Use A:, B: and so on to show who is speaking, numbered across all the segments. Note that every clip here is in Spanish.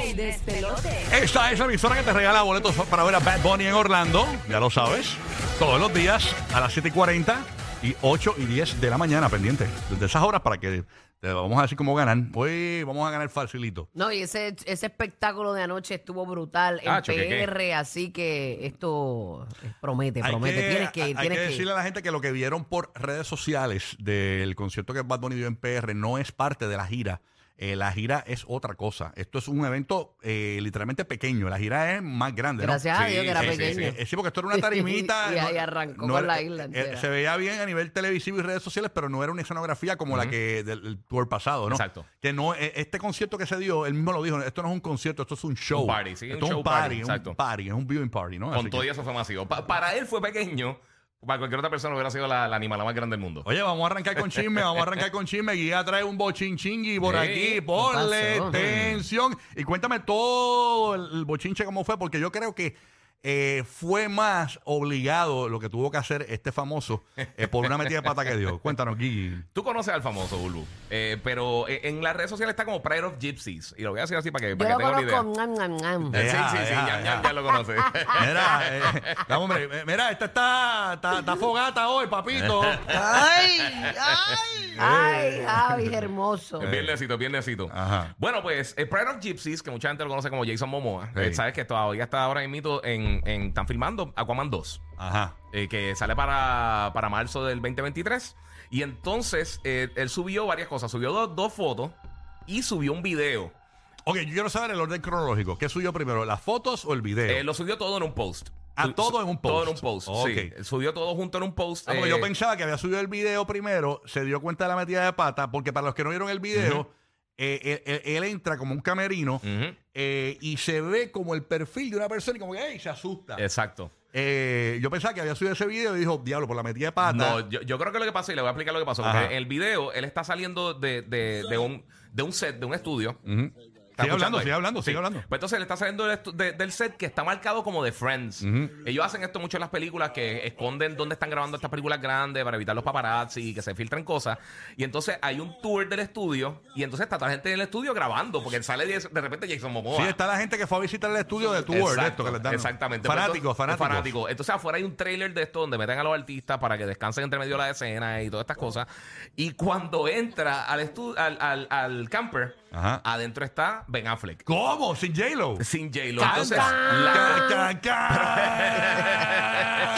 A: El despelote.
B: Esta es la emisora que te regala boletos para ver a Bad Bunny en Orlando. Ya lo sabes. Todos los días a las 7 y 40 y 8 y 10 de la mañana, pendiente. Desde esas horas para que te vamos a decir cómo ganan. Hoy vamos a ganar facilito.
C: No, y ese, ese espectáculo de anoche estuvo brutal en
D: Ah, choque, ¿qué?
C: PR, así que esto eh, promete,
B: Hay
C: promete. tienes que ir,
B: hay
C: tienes
B: que
C: que ir.
B: decirle a la gente que lo que vieron por redes sociales del concierto que Bad Bunny dio en PR no es parte de la gira. Eh, la gira es otra cosa. Esto es un evento eh, literalmente pequeño. La gira es más grande. ¿no?
C: Gracias a
D: Sí,
C: Dios que era
D: sí, sí,
C: pequeño.
B: Eh, sí, porque esto era una tarimita.
C: Y ahí arrancó con la isla entera.
B: eh, se veía bien a nivel televisivo y redes sociales, pero no era una escenografía como la que del, del tour pasado, ¿no?
D: Exacto.
B: Que no, eh, este concierto que se dio, él mismo lo dijo, esto no es un concierto, esto es un show.
D: Un party, sí,
B: esto
D: un
B: es un
D: show
B: party,
D: party,
B: un
D: exacto.
B: party, es un viewing party, ¿no? Así
D: Con todo
B: que-
D: y eso fue masivo. Pa- para él fue pequeño, para cualquier otra persona hubiera sido la, la animalada más grande del mundo.
B: Oye, vamos a arrancar con chisme, vamos a arrancar con chisme. Guía trae un bochinchingi por
D: Sí,
B: aquí, ponle
C: pasó?
B: tensión. Y cuéntame todo el el bochinche cómo fue, porque yo creo que eh, fue más obligado lo que tuvo que hacer este famoso eh, por una metida de pata que dio. Cuéntanos, Gigi.
D: Tú conoces al famoso Bulbu, eh, pero eh, en las redes sociales está como Pride of Gypsies. Y lo voy a decir así para que,
C: Yo
D: para
C: lo
D: que tengan una idea.
C: conozco. ñam, ñam, ñam.
D: Eh,
B: Deja,
D: sí, sí, sí,
B: deja,
D: ya,
B: deja.
D: ya, ya lo conoces.
B: Mira, eh, no, hombre, eh, mira, esta está, está, está fogata hoy, papito. Eh,
C: ¡Ay! ¡Ay! ¡Ay,
D: Eh.
C: Javi, hermoso!
D: Viernesito, viernesito.
B: Ajá.
D: Bueno, pues, el Pride of Gypsies, que mucha gente lo conoce como Jason Momoa,
B: Sí.
D: eh, sabes que todavía está ahora en mito en, en- están filmando Aquaman 2.
B: Ajá.
D: eh, que sale para, para marzo del 2023. Y entonces eh, él subió varias cosas. Subió dos, dos fotos y subió un video.
B: Ok, yo quiero saber el orden cronológico. ¿Qué suyo primero, las fotos o el video?
D: Eh, lo subió todo en un post.
B: Ah,
D: Su-
B: todo en un post.
D: Todo en un post. sí.
B: Ok.
D: Subió todo junto en un post.
B: Ah, porque
D: eh,
B: yo pensaba que había subido el video primero, se dio cuenta de la metida de pata, porque para los que no vieron el video, eh, él, él- él entra como un camerino
D: ujú,
B: eh, y se ve como el perfil de una persona y como que "Ey", se asusta.
D: Exacto.
B: Eh, yo pensaba que había subido ese video y dijo, diablo, por la metida de pata.
D: No, yo, yo creo que lo que pasó, y le voy a explicar lo que pasó.
B: Ah, Ajá.
D: Porque en el video, él está saliendo de, de- de un, de un set, de un estudio.
B: Ujú.
D: ¿Está
B: Sigue hablando,
D: escuchando ahí?
B: sigue hablando, sigue
D: Sí.
B: hablando.
D: Pues entonces le está saliendo del, estu- de- del set que está marcado como de Friends. Ellos hacen esto mucho en las películas que esconden dónde están grabando estas películas grandes para evitar los paparazzi y que se filtren cosas. Y entonces hay un tour del estudio y entonces está toda la gente en el estudio grabando porque sale de, de repente Jason Momoa.
B: Sí, está la gente que fue a visitar el estudio de Tour, de esto que les dan.
D: Exactamente.
B: Fanáticos,
D: Pues entonces-
B: fanáticos.
D: Entonces afuera hay un trailer de esto donde meten a los artistas para que descansen entre medio de la escena y todas estas cosas. Y cuando entra al, estu- al, al, al camper,
B: Ajá.
D: adentro está Ben Affleck.
B: ¿Cómo? ¿Sin J-Lo?
D: Sin J-Lo.
C: Can,
D: Entonces,
C: can.
D: la-
B: Can, can, can.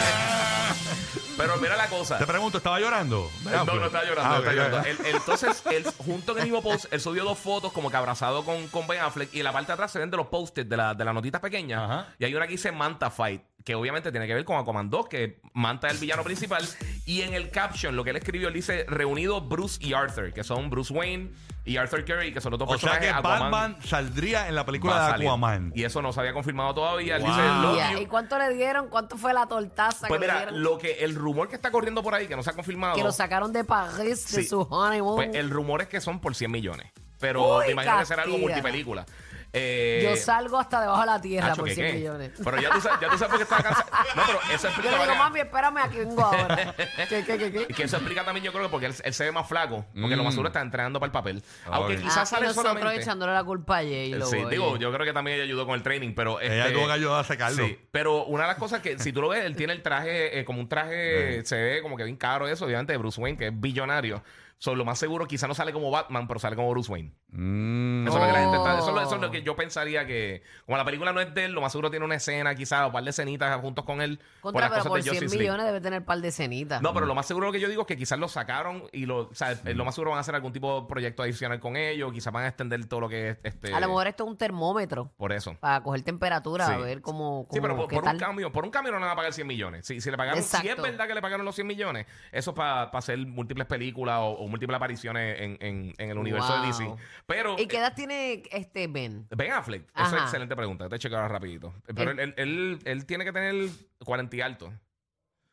D: pero mira la cosa.
B: Te pregunto, ¿estaba llorando?
D: No, no está llorando.
B: Ah,
D: no está
B: ok,
D: llorando.
B: ok.
D: Él- él- entonces, él, junto en el mismo post, él subió dos fotos como que abrazado con, con Ben Affleck y en la parte de atrás se ven de los post-it de, la, de las notitas pequeñas.
B: Ajá.
D: Y hay una que dice Manta Fight, que obviamente tiene que ver con Aquaman 2, que Manta es el villano principal. Y en el caption, lo que él escribió, él dice reunidos Bruce y Arthur, que son Bruce Wayne y Arthur Curry, que son los dos
B: O sea
D: personajes
B: que
D: Aquaman
B: Batman saldría en la película
D: va a
B: de
D: salir.
B: Aquaman.
D: Y eso no se había confirmado todavía. Él
B: Wow.
D: dice, "Love
C: Ya,
D: you".
C: ¿Y cuánto le dieron? ¿Cuánto fue la tortaza
D: Pues
C: que le
D: mira,
C: dieron?
D: lo que el rumor que está corriendo por ahí, que no se ha confirmado.
C: Que lo sacaron de París, de
D: Sí.
C: su honeymoon.
D: Pues el rumor es que son por 100 millones. Pero
C: Uy,
D: me imagino que será algo
C: Castilla.
D: multipelícula. Eh,
C: Yo salgo hasta debajo de la tierra
D: Hacho,
C: por
D: ¿qué,
C: 100
D: qué?
C: millones.
D: Pero ya tú sabes, ya tú sabes por qué estaba cansado. No, pero eso
C: Yo
D: explica.
C: le digo,
D: varias-
C: mami, espérame, aquí vengo ahora. ¿Qué, qué, qué, qué?
D: que eso explica también, yo creo que porque él, él se ve más flaco. Porque lo más seguro está entrenando para el papel. Aunque
B: Mm. Ay.
D: quizás
C: Ah, y
D: sale
C: nosotros
D: solamente.
C: echándole la culpa a J-Lo.
D: Sí,
C: oye.
D: digo, yo creo que también ella ayudó con el training, pero.
B: Ella
D: este,
B: tuvo que ayudar a sacarlo.
D: Sí, pero una de las cosas que, si tú lo ves, él tiene el traje, eh, como un traje, se ve como que bien caro eso, obviamente, de Bruce Wayne, que es billonario. So, lo más seguro, quizá no sale como Batman, pero sale como Bruce Wayne.
B: Mm.
D: Eso, es lo que la gente está-
C: Oh.
D: eso es lo- eso es lo que yo pensaría que. Como la película no es de él, lo más seguro tiene una escena, quizás, un par de escenitas juntos con él. por
C: Contra,
D: las
C: pero
D: cosas
C: por
D: de
C: 100
D: Justice League.
C: millones debe tener par de cenitas.
D: No, pero lo más seguro lo que yo digo es que quizás lo sacaron y lo, o sea, lo más seguro van a hacer algún tipo de proyecto adicional con ellos, quizás van a extender todo lo que es este.
C: A lo mejor esto es un termómetro
D: Por eso.
C: para coger temperatura,
D: Sí.
C: a ver cómo,
D: Sí, pero
C: cómo-
D: por,
C: qué
D: por un
C: tal.
D: cambio, por un cambio no le van a pagar 100 millones. Si, si le pagaron, si es
C: Exacto.
D: verdad que le pagaron los 100 millones, eso es para hacer múltiples películas o, o múltiples apariciones en, en- en el universo de
C: Wow.
D: DC. Pero
C: ¿Y qué edad tiene este Ben?
D: Ben Affleck, eso es
C: Ajá.
D: excelente pregunta. Te checo ahora rapidito. Pero
C: El-
D: él, él, él- él tiene que tener 40 y alto.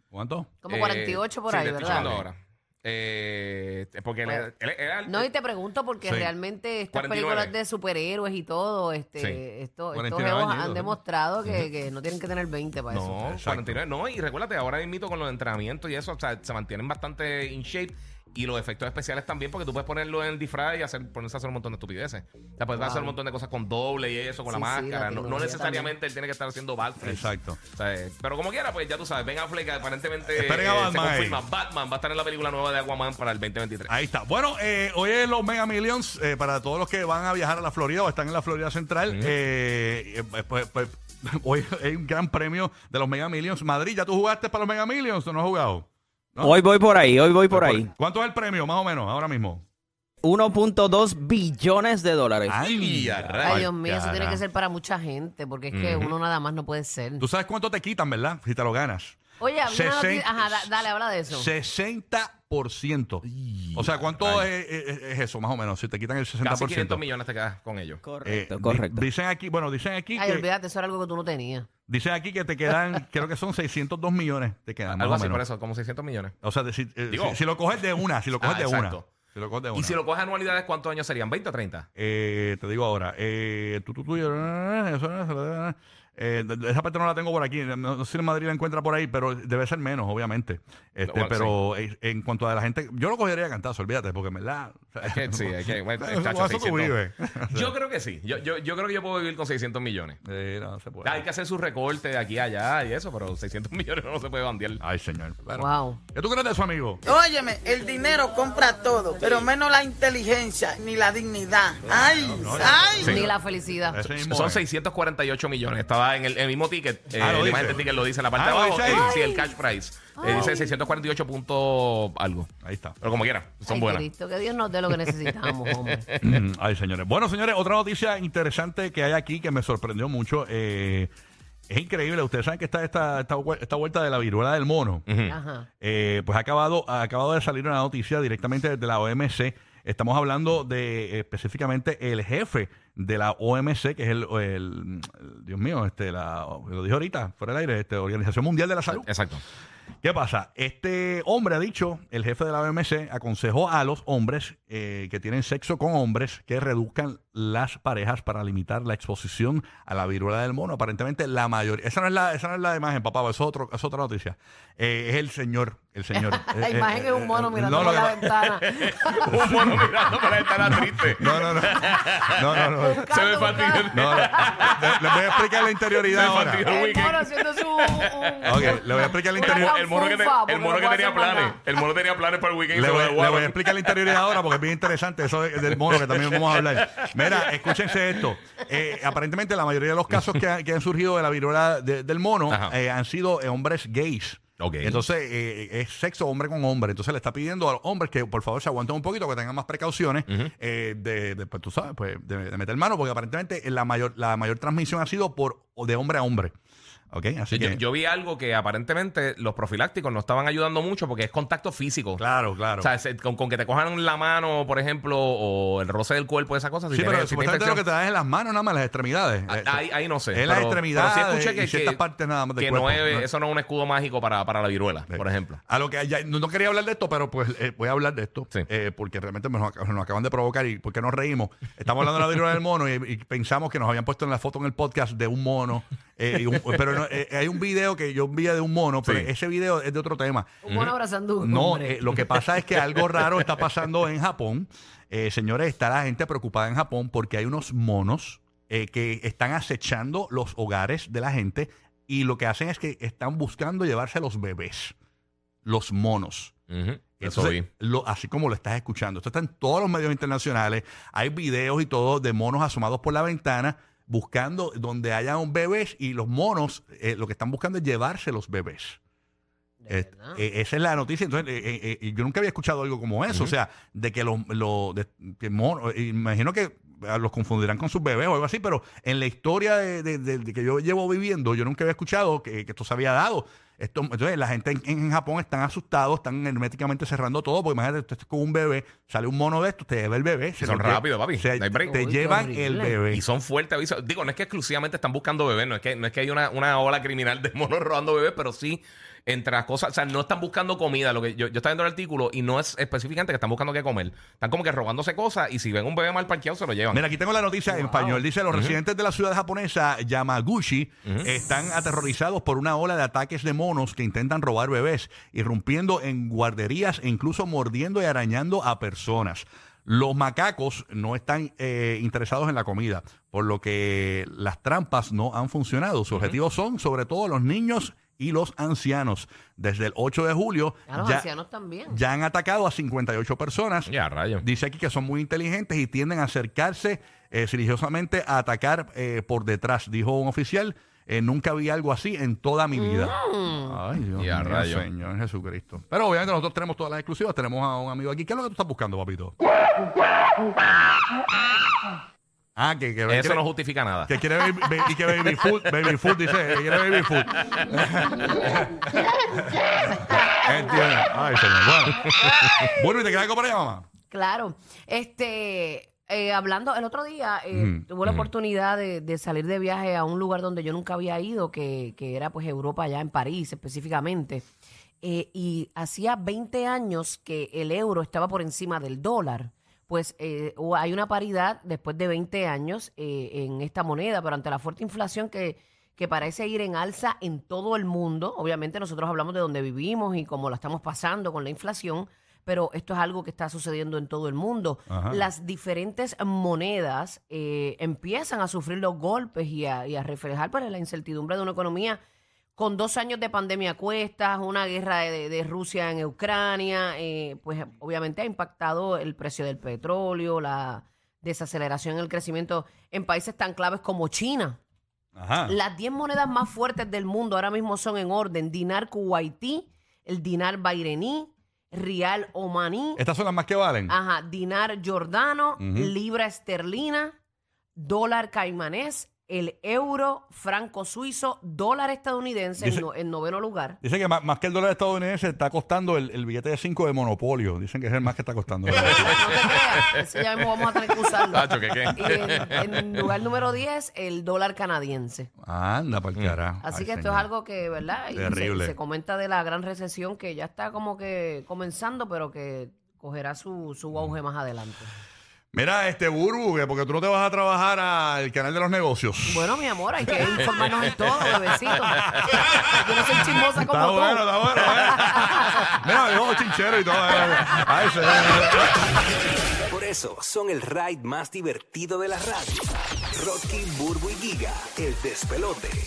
B: ¿Cuánto?
C: Como
D: Eh,
C: 48 por
D: sí,
C: ahí,
D: te estoy
C: ¿verdad?
D: checando ahora. Eh, porque él-
C: Bueno.
D: él, él- él-
C: No, y te pregunto porque
B: Sí.
C: realmente estas
D: 49.
C: películas de superhéroes y todo, este,
D: Sí.
C: esto, estos
B: 49
C: juegos
B: añitos,
C: han
B: ¿no?
C: demostrado que, que no tienen que tener 20 para eso.
D: No,
B: Exacto.
D: 49 no. Y recuérdate, ahora mismo con los entrenamientos y eso, o sea, se mantienen bastante in shape. Y los efectos especiales también, porque tú puedes ponerlo en disfraz y hacer, ponerse a hacer un montón de estupideces. O sea, puedes
C: Wow.
D: hacer un montón de cosas con doble y eso, con la
C: Sí, sí, la
D: máscara. no, no
C: tecnología
D: necesariamente él tiene que estar haciendo Batman.
B: Exacto.
D: O sea, eh, pero como quiera, pues ya tú sabes, Ben Affleck aparentemente
B: Esperen a
D: eh,
B: Batman
D: se
B: ahí.
D: confirma. Batman va a estar en la película nueva de Aquaman para el 2023.
B: Ahí está. Bueno, eh, hoy es los Mega Millions eh, para todos los que van a viajar a la Florida o están en la Florida Central. eh, eh, pues, pues, hoy hay un gran premio de los Mega Millions. Madrid, ¿ya tú jugaste para los Mega Millions o no has jugado? ¿No?
A: Hoy voy por ahí, hoy voy por ahí.
B: ¿Cuánto es el premio, más o menos, ahora mismo?
A: 1.2 billones de dólares.
D: Ay, a rayos.
C: Ay, Dios mío, eso tiene
B: cara.
C: que ser para mucha gente, porque es que uno nada más no puede ser.
B: Tú sabes cuánto te quitan, ¿verdad? Si te lo ganas.
C: Oye, había una
B: Sesen-
C: noticia- Ajá, da- dale, habla de eso.
B: 60%. O sea, ¿cuánto es, es- es eso, más o menos? Si te quitan el 60%.
D: Casi 500 millones te quedas con ellos.
B: Eh,
A: Correcto,
B: di-
A: correcto.
B: Dicen aquí, bueno, dicen aquí
C: Ay,
B: que-
C: olvídate, eso era algo que tú no tenías.
B: Dicen aquí que te quedan, creo que son 602 millones. Te quedan. más
D: Algo
B: o
D: así,
B: menos.
D: por eso, como 600 millones.
B: O sea, de- si, eh,
D: Digo.
B: si- si lo coges de una, si lo coges
D: Ah,
B: de
D: exacto.
B: una. Si lo coges de una.
D: Y si lo coges anualidades, ¿cuántos años serían? ¿20 o 30?
B: Eh, te digo ahora. Eh, tú, tú, tú, yo- eh, de- de- esa parte no la tengo por aquí. No, no sé si en Madrid la encuentra por ahí, pero debe ser menos, obviamente. Este,
D: Bueno,
B: pero eh, en cuanto a la gente, yo lo cogería a cantazo, olvídate, porque en verdad.
D: Es que sí, es que, bueno,
B: Eso-
D: chacho,
B: eso tú
D: 600.
B: vives.
D: Yo creo que sí. Yo, yo, yo creo que yo puedo vivir con 600 millones.
B: Eh, no, no se puede.
D: Hay que hacer su recorte de aquí a allá y eso, pero 600 millones no se puede bandear.
B: Ay, señor. Bueno.
C: Wow.
B: ¿Qué tú crees de eso, amigo?
E: Óyeme, el dinero compra todo, pero menos la inteligencia ni la dignidad. Ay,
B: no, no.
E: ay.
D: Sí.
C: Ni la felicidad.
B: Ese mismo
D: Son
B: es.
D: 648 millones. Estaba en el, el mismo ticket. eh,
B: Ah, lo
D: la
B: dice.
D: imagen del ticket lo dice. La parte
B: Ah,
D: de
B: lo
D: abajo.
B: dice ahí. Ah,
D: eh, sí, el cash price. Eh, dice 648 punto algo.
B: Ahí está.
D: Pero como quiera, son
C: Ay,
D: buenas.
C: Cristo, que Dios nos dé lo que necesitamos, hombre.
B: Mm, Ay, señores. Bueno, señores, otra noticia interesante que hay aquí que me sorprendió mucho. eh, es increíble. Ustedes saben que está esta, esta, vu- esta vuelta de la viruela del mono.
C: Ajá.
B: Eh, pues ha acabado, ha acabado de salir una noticia directamente desde la OMC. Estamos hablando de eh, específicamente el jefe de la OMC, que es el, el- Dios mío, este, la, lo dije ahorita, fuera del aire, este, Organización Mundial de la Salud.
D: Exacto.
B: ¿Qué pasa? Este hombre ha dicho, el jefe de la OMC aconsejó a los hombres eh, que tienen sexo con hombres que reduzcan las parejas para limitar la exposición a la viruela del mono. Aparentemente la mayoría, esa no es la, esa no es la imagen, papá, eso es, otro, es otra noticia. Eh, es el señor, el señor.
C: La
B: Eh,
C: imagen
B: eh,
C: es un mono
B: eh,
C: mirando
B: no,
C: por
B: lo
C: la
B: que
C: ventana.
D: Un mono mirando para estar triste.
B: no, no, no, no, no, no.
D: Se me
C: Buscando, buscando.
D: fatigó.
B: No, no. Le- le voy a explicar la interioridad
D: Me
B: ahora.
D: fatigó.
C: El mono haciendo su... un-
B: Ok, le voy a explicar la
C: Una
B: interior-
D: El mono que, te-
C: canfunfa,
D: el
C: porque
D: mono
C: no
D: que
C: puede
D: tenía
C: hacer más
D: planes.
C: nada.
D: El mono tenía planes para el weekend. y
B: Le
D: se lo
B: voy, le
D: devolvieron.
B: voy a explicar la interioridad ahora porque es bien interesante eso de- del mono que también vamos a hablar. Mira, escúchense esto. Eh, aparentemente la mayoría de los casos que, ha- que han surgido de la viruela de- del mono
D: Ajá.
B: eh, han sido eh, hombres gays.
D: Ok.
B: Entonces eh, es sexo hombre con hombre. Entonces le está pidiendo a los hombres que por favor se aguanten un poquito, que tengan más precauciones eh, de, de, pues, tú sabes, pues, de, de meter mano, porque aparentemente la mayor, la mayor transmisión ha sido por de hombre a hombre. ¿Ok? Así
D: yo,
B: que.
D: yo vi algo que aparentemente los profilácticos no estaban ayudando mucho porque es contacto físico.
B: claro, claro.
D: O sea, se- con, con que te cojan la mano, por ejemplo, o el roce del cuerpo, esas cosas.
B: Sí, pero
D: tienes- tienes
B: supuestamente lo que te
D: infección-
B: das es en las manos, nada más, las extremidades.
D: Ah,
B: Eh,
D: ahí, ahí no sé.
B: En las extremidades
D: pero sí escuché
B: y ciertas partes nada más del
D: que
B: cuerpo,
D: no es,
B: ¿no?
D: eso no es un escudo mágico para, para la viruela, por ejemplo.
B: A lo que ya- no no quería hablar de esto, pero pues eh, voy a hablar de esto.
D: Sí.
B: eh, porque realmente nos, ac- nos acaban de provocar y porque nos reímos. Estamos hablando de la viruela del mono y, y pensamos que nos habían puesto en la foto en el podcast de un mono. eh, y un- pero no, eh, hay un video que yo envié de un mono, pero
D: Sí.
B: ese video es de otro tema.
C: Un mono abrazando a un
B: No,
C: hombre.
B: eh, lo que pasa es que algo raro está pasando en Japón. Eh, señores, está la gente preocupada en Japón porque hay unos monos eh, que están acechando los hogares de la gente y lo que hacen es que están buscando llevarse a los bebés, los monos.
D: Ujú. Eso
B: Entonces,
D: vi.
B: lo- así como lo estás escuchando. Esto está en todos los medios internacionales. Hay videos y todo de monos asomados por la ventana buscando donde haya un bebé y los monos eh, lo que están buscando es llevarse los bebés.
C: De
B: Este,
C: verdad.
B: eh, esa es la noticia. Entonces, eh, eh, eh, yo nunca había escuchado algo como eso. O sea, de que los lo, de- que mono- eh, imagino que eh, los confundirán con sus bebés o algo así, pero en la historia de, de- de- de que yo llevo viviendo, yo nunca había escuchado que, que esto se había dado. Esto, entonces, la gente en, en Japón están asustados, están herméticamente cerrando todo, porque imagínate, tú estás con un bebé, sale un mono de estos, te lleva el bebé. se
D: son
B: lo lle-
D: rápidos, papi.
B: se-
D: No hay break.
B: te
C: Uy, qué
B: llevan el
C: horrible.
B: bebé.
D: Y son fuertes avisos. Digo, no es que exclusivamente están buscando bebés, no es que, no es que hay una, una ola criminal de monos robando bebés, pero sí entre las cosas, o sea, no están buscando comida. Lo que yo, yo estaba viendo el artículo y no es específicamente que están buscando qué comer. Están como que robándose cosas y si ven un bebé mal parqueado se lo llevan.
B: Mira, aquí tengo la noticia en español. Dice, los residentes de la ciudad japonesa Yamaguchi están aterrorizados por una ola de ataques de monos que intentan robar bebés, irrumpiendo en guarderías e incluso mordiendo y arañando a personas. Los macacos no están eh, interesados en la comida, por lo que las trampas no han funcionado. Su objetivo son sobre todo los niños y los ancianos. Desde el 8 de julio
C: A los
B: ya-
C: ancianos también.
B: ya han atacado a 58 personas.
D: Ya, rayo.
B: Dice aquí que son muy inteligentes y tienden a acercarse eh, silenciosamente a atacar eh, por detrás, dijo un oficial. eh, nunca vi algo así en toda mi vida. Ay, Dios
D: Y a
B: mío,
D: rayos.
B: Señor Jesucristo. Pero obviamente nosotros tenemos todas las exclusivas. Tenemos a un amigo aquí. ¿Qué es lo que tú estás buscando, papito? Ah, que, que-
D: Eso
B: que-
D: no justifica nada.
B: que quiere baby, ba- y que baby food, baby food dice, que quiere baby food. Entiendo. Ay, señor. Bueno. bueno, ¿y te queda algo para allá, mamá?
C: Claro. Este, eh, hablando, el otro día eh,
B: Ujú,
C: tuve la oportunidad de, de salir de viaje a un lugar donde yo nunca había ido, que, que era pues Europa, allá en París específicamente. Eh, y hacía 20 años que el euro estaba por encima del dólar. Pues eh, o hay una paridad después de 20 años eh, en esta moneda, pero ante la fuerte inflación que, que parece ir en alza en todo el mundo, obviamente nosotros hablamos de donde vivimos y cómo la estamos pasando con la inflación, pero esto es algo que está sucediendo en todo el mundo.
B: Ajá.
C: Las diferentes monedas eh, empiezan a sufrir los golpes y a, y a reflejar pues, la incertidumbre de una economía con dos años de pandemia a cuestas, una guerra de, de Rusia en Ucrania, eh, pues obviamente ha impactado el precio del petróleo, la desaceleración en el crecimiento en países tan claves como China.
B: Ajá.
C: Las 10 monedas más fuertes del mundo ahora mismo son en orden: dinar kuwaití, el dinar bairení, rial omaní,
B: Estas son las más que valen.
C: ajá, dinar jordano, libra esterlina, dólar caimanés, el euro, franco suizo, dólar estadounidense
B: Dice-
C: en, no- en noveno lugar.
B: Dicen que más, más que el dólar estadounidense está costando el, el billete de 5 de Monopolio. Dicen que es el más que está costando.
C: No te creas, ese ya mismo vamos a tener que usarlo.
D: Tacho, ¿qué, qué?
C: Y en, en lugar número 10, el dólar canadiense.
B: Anda, para carajo.
C: Así
B: Ay,
C: que esto
B: señor.
C: es algo que, ¿verdad? Y se-
B: Terrible.
C: Se, comenta de la gran recesión que ya está como que comenzando, pero que cogerá su, su auge más adelante.
B: Mira, este Burbu, que porque tú no te vas a trabajar al canal de los negocios.
C: Bueno, mi amor, hay que informarnos en todo, bebecito. Yo no soy chismosa como
B: Está
C: tú.
B: bueno, está bueno. eh. Mira, me dijo chinchero y todo. eh. Ay, señor.
F: Por eso son el ride más divertido de la radio. Rocky, Burbu y Giga, el despelote.